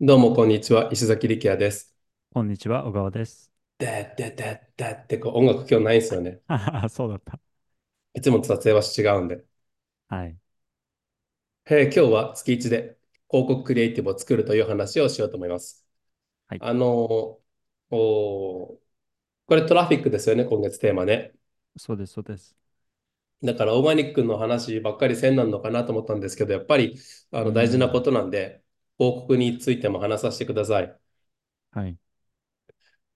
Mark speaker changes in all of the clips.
Speaker 1: どうも、こんにちは。石崎力也です。
Speaker 2: こんにちは、小川です。
Speaker 1: で、で、で、でってこう音楽今日ないんですよね。
Speaker 2: はははそうだった。
Speaker 1: いつもと撮影は違うんで。
Speaker 2: はい。
Speaker 1: えー今日は月1で広告クリエイティブを作るという話をしようと思います。
Speaker 2: はい。
Speaker 1: あのーおーこれトラフィックですよね、今月テーマね。
Speaker 2: そうです、そうです。
Speaker 1: だから、オーガニックの話ばっかりせんなんのかなと思ったんですけど、やっぱりあ
Speaker 2: う。
Speaker 1: の大事なんことなんで、広告についても話させてください。
Speaker 2: はい。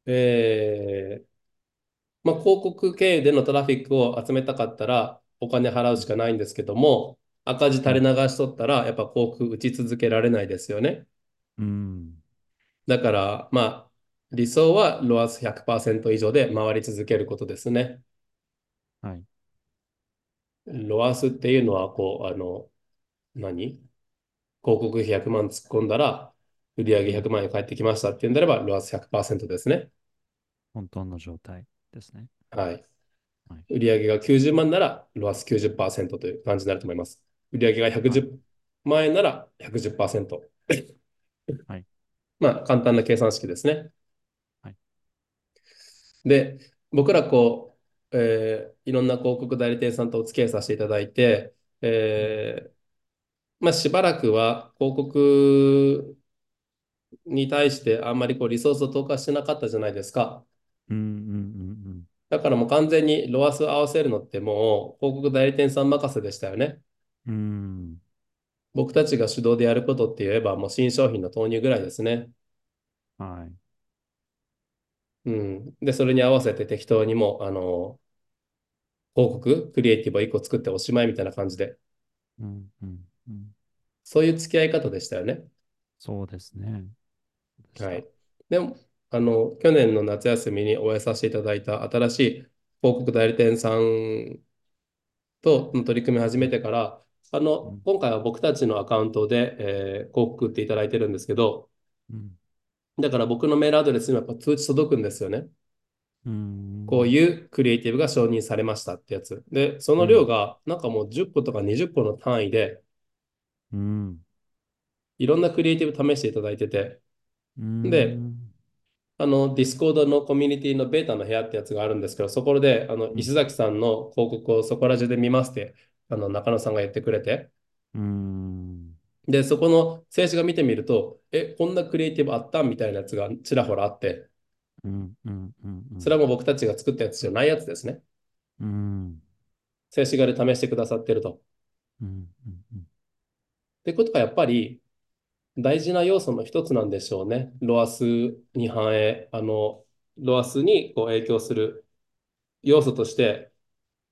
Speaker 1: えーまあ、広告経由でのトラフィックを集めたかったらお金払う
Speaker 2: う
Speaker 1: し
Speaker 2: ん
Speaker 1: かないんですけども、赤字
Speaker 2: は
Speaker 1: 垂れ
Speaker 2: い。
Speaker 1: 流しとったらやっぱ広告打ち続けられないですよね。
Speaker 2: うん。
Speaker 1: だから、まあ、理想はロアス100%以上で回り続けることですね。
Speaker 2: はい。
Speaker 1: ロアスっていうのは、こう、あの、何広告費100万突っ込んだら、売
Speaker 2: う
Speaker 1: 上100
Speaker 2: ん。
Speaker 1: 万円返ってきましたっていうんであれば、ロアス100%ですね。
Speaker 2: 本当の状態ですね。
Speaker 1: はい。
Speaker 2: はい。
Speaker 1: 売上が90万なら、ロアス90%という感じになると思います。売上が
Speaker 2: はい。
Speaker 1: 110万円なら110%。
Speaker 2: はい。
Speaker 1: まあ、簡単な計算式ですね。
Speaker 2: はい。
Speaker 1: で、僕らこう、えーいろんな広告代理店さんとお付き合いさせていただいて、
Speaker 2: うん。
Speaker 1: えーまあ、しばらくは広告に対してあんまりこうリソースを投下してなかったじゃないですか。
Speaker 2: うん。うんうんうん。
Speaker 1: だからもう完全にロアス合わせるのってもう広告代理店さん任せでしたよね。
Speaker 2: うん。
Speaker 1: 僕たちが主導でやることって言えばもう新商品の投入ぐらいですね。
Speaker 2: はい。
Speaker 1: うん。で、それに合わせて適当にもう、あの、広告、クリエイティブを1個作っておしまいみたいな感じで、
Speaker 2: うん。うん。うん。
Speaker 1: そういう付き合い方でしたよね。
Speaker 2: そうですね。そうでし
Speaker 1: は
Speaker 2: た。
Speaker 1: い。でも、あの、去年の夏休みにお会いさせていただいた新しい広告代理店さんとの取り組みを始
Speaker 2: う
Speaker 1: め
Speaker 2: ん。
Speaker 1: てから、あ
Speaker 2: う
Speaker 1: の、
Speaker 2: ん。
Speaker 1: 今回は僕たちのアカウントで、えー広告打っていただいてるんですけど、
Speaker 2: うん。
Speaker 1: だから僕のメールアドレスにもやっぱ通知届くんですよね。
Speaker 2: う。
Speaker 1: こうんいうクリエイティブが承認されましたってやつ。で、そうの量
Speaker 2: ん。
Speaker 1: がなんかもう10個とか20個の単位で、
Speaker 2: うん。
Speaker 1: いろんなクリエイティブ試していただいてて、
Speaker 2: う
Speaker 1: で、
Speaker 2: ん。
Speaker 1: あの、ディスコードのコミュニティのベータの部屋ってやつがあるんですけど、そこで、あの、
Speaker 2: う
Speaker 1: 石
Speaker 2: ん。
Speaker 1: 崎さんの広告をそこら中で見ますって、あの、中野さんが言ってくれて、
Speaker 2: うん。
Speaker 1: で、そこの静止画見てみると、え、こんなクリエイティブあったみたいなやつがちらほらあって、
Speaker 2: うん。うん。うん。う
Speaker 1: それ
Speaker 2: ん。
Speaker 1: はもう僕たちが作ったやつじゃないやつですね。
Speaker 2: うん。
Speaker 1: 静止画で試してくださってると。
Speaker 2: うん。うん
Speaker 1: ってことがやっぱり大事な要素の一つなんでしょうね。ロアスに反映、あの、ロアスにこう影響する要素として、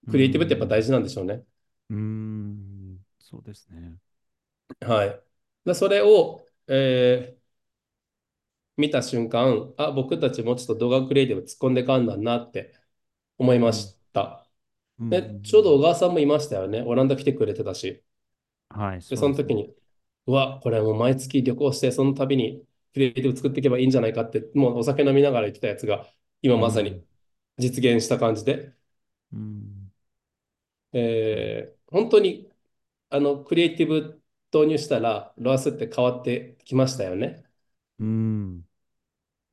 Speaker 2: う
Speaker 1: クリエイティブってやっぱ大
Speaker 2: ん
Speaker 1: 事なんでしょうね。
Speaker 2: うーん、そうですね。
Speaker 1: はい。で、それを、えー見た瞬間、あ、僕たちもちょっと動画クリエイティブ突っ込んでかんだなって思いま
Speaker 2: うん、
Speaker 1: した。
Speaker 2: う
Speaker 1: で、ちょうど小
Speaker 2: ん、
Speaker 1: 川さんもいましたよね。オランダ来てくれてたし。
Speaker 2: はい、
Speaker 1: で、
Speaker 2: そう
Speaker 1: そ
Speaker 2: で
Speaker 1: の
Speaker 2: す
Speaker 1: 時
Speaker 2: ね。
Speaker 1: に、うわ、これもう毎月旅行して、その度にクリエイティブ作っていけばいいんじゃないかって、もうお酒飲みながら言ってたやつが、今
Speaker 2: う
Speaker 1: まさに
Speaker 2: ん、
Speaker 1: 実現した感じで、
Speaker 2: うん、
Speaker 1: えー本当に、あの、クリエイティブ投入したら、ロアスって変わってきましたよね。
Speaker 2: うん、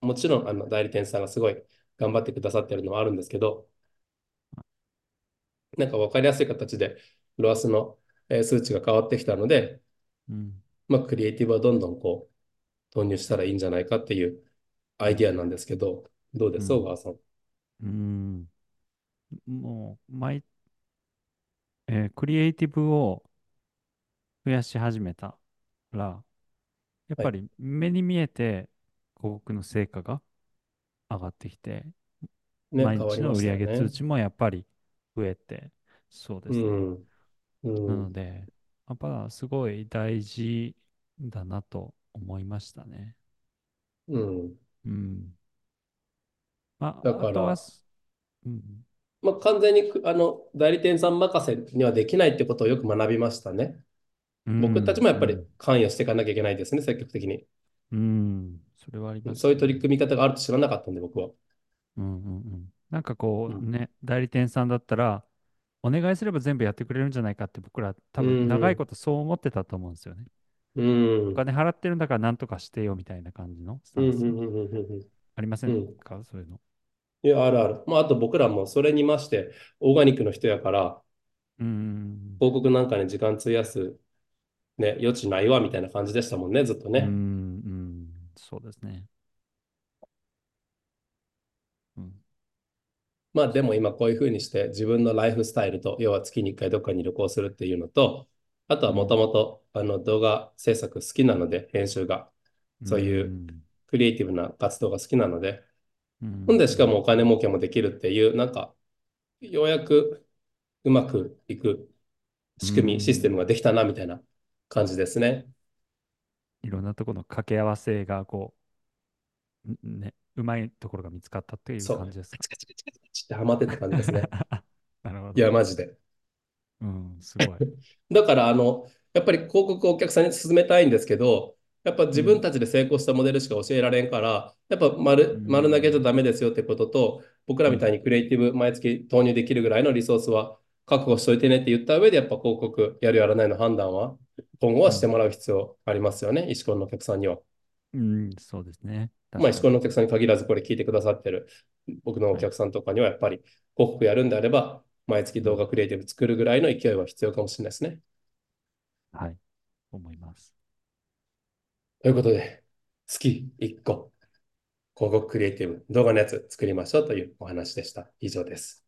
Speaker 1: もちろん、あの、代理店さんがすごい頑張ってくださってるのはあるんですけど、なんか分かりやすい形で、ロアスの、えー数値が変わってきたので、
Speaker 2: うん、
Speaker 1: まあ、クリエイティブはどんどんこう、投入したらいいんじゃないかっていうアイディアなんですけど、どうで
Speaker 2: う
Speaker 1: す小
Speaker 2: ん、
Speaker 1: 川さん。
Speaker 2: うん。もう、毎、えークリエイティブを増やし始めたら、やっ
Speaker 1: は
Speaker 2: ぱ
Speaker 1: い。
Speaker 2: り目に見えて広告の成果が上がってきて、
Speaker 1: ね、
Speaker 2: 毎
Speaker 1: 変わ
Speaker 2: 日
Speaker 1: り
Speaker 2: の
Speaker 1: ま
Speaker 2: 売
Speaker 1: したよ
Speaker 2: 上通
Speaker 1: ね。
Speaker 2: 知もやっぱり増えて、そうで
Speaker 1: う
Speaker 2: すね。
Speaker 1: ん。う
Speaker 2: なの
Speaker 1: ん。
Speaker 2: で、やっぱすごい大事だなと思いましたね。
Speaker 1: うん。
Speaker 2: うん。ま
Speaker 1: だ
Speaker 2: あ、あ
Speaker 1: か
Speaker 2: とは
Speaker 1: ら、
Speaker 2: す、うん、
Speaker 1: まあ、完全にくあの代理店さん任せにはできないってことをよく学びましたね。
Speaker 2: う
Speaker 1: 僕たち
Speaker 2: ん、
Speaker 1: もや
Speaker 2: う
Speaker 1: っぱり
Speaker 2: ん、
Speaker 1: 関与していかなきゃいけないですね、積極的に。
Speaker 2: うん、それはありま
Speaker 1: そう
Speaker 2: す
Speaker 1: いう取り
Speaker 2: ね。
Speaker 1: 組み方があると知らなかったんで、僕は。
Speaker 2: うんうんうん。なんかこ
Speaker 1: う。
Speaker 2: うんね、代理店さんだったら、お願いすれば全部やってくれるんじゃないかって僕ら多
Speaker 1: う
Speaker 2: 分長い
Speaker 1: ん。
Speaker 2: ことそう思ってたと思うんですよね。
Speaker 1: う
Speaker 2: お
Speaker 1: ん。
Speaker 2: 金払ってるんだからなんとかしてよみたいな感じのス
Speaker 1: う
Speaker 2: タ
Speaker 1: ん、
Speaker 2: ン
Speaker 1: うん、
Speaker 2: ス
Speaker 1: うん、うん、うん。
Speaker 2: ありませ
Speaker 1: うんん
Speaker 2: かそういうの。
Speaker 1: いや、あるある。まあ、あと僕らもそれにまして、オーガニックの人やから、
Speaker 2: うんうん
Speaker 1: 広告なんかに時間費やす、ね、余地ないわ、みたいな感じでしたもんね、ずっと
Speaker 2: うん、う
Speaker 1: ね。
Speaker 2: んうんそうですね。うん、
Speaker 1: まあ、でも今こういうふうにして自分のライフスタイルと、要は月に1回どっかに旅行するっていうのと、あと
Speaker 2: う
Speaker 1: はもと
Speaker 2: ん、
Speaker 1: もとあの動画制作好きなので、編集が。
Speaker 2: う、
Speaker 1: そういうんクリエイティブな活動が好きなので、
Speaker 2: う
Speaker 1: ほんでしかも
Speaker 2: ん、
Speaker 1: お金儲けもできるっていう、なんか、ようやくうまくいく
Speaker 2: う
Speaker 1: 仕組み、システム
Speaker 2: ん、
Speaker 1: ができたな、みたいな感じですね。
Speaker 2: いろんなところの掛け合わせがこう、んね、うまいところが見つかったっていう
Speaker 1: そう。
Speaker 2: 感じです
Speaker 1: カ
Speaker 2: か。
Speaker 1: チカチカチカチカチってハマってた感じですね。
Speaker 2: なるほ
Speaker 1: い
Speaker 2: ど。
Speaker 1: や、マジで。
Speaker 2: うん、すごい。
Speaker 1: だから、あの、やっぱり広告をお客さんに勧めたいんですけど、やっぱ
Speaker 2: う
Speaker 1: 自分
Speaker 2: ん、
Speaker 1: たちで成功したモデルしか教えられんから、やっぱ
Speaker 2: う
Speaker 1: 丸、丸投げじゃ
Speaker 2: ん、
Speaker 1: ダメですよってことと、僕ら
Speaker 2: う
Speaker 1: みたい
Speaker 2: ん、
Speaker 1: にクリエイティブ毎月投入できるぐらいのリソースは確保しといてねって言った上で、やっぱ広告やるやらないの判断は今後
Speaker 2: う
Speaker 1: はして
Speaker 2: ん、
Speaker 1: もらう必要ありますよね、石ころのお客さんには。
Speaker 2: うんそうですね。
Speaker 1: まあ、
Speaker 2: 確
Speaker 1: 石
Speaker 2: か
Speaker 1: ころ
Speaker 2: に。
Speaker 1: のお客さんに限らずこれ聞いてくださってる僕のお
Speaker 2: はい。
Speaker 1: 客さんとかにはやっぱり広告やるんであれば、毎月
Speaker 2: う
Speaker 1: 動
Speaker 2: ん、
Speaker 1: 画クリエイティブ作るぐらいの勢いは必要かもしれないですね。
Speaker 2: はい、思います。
Speaker 1: ということで、月1個広告クリエイティブ動画のやつ作りましょうというお話でした。以上です。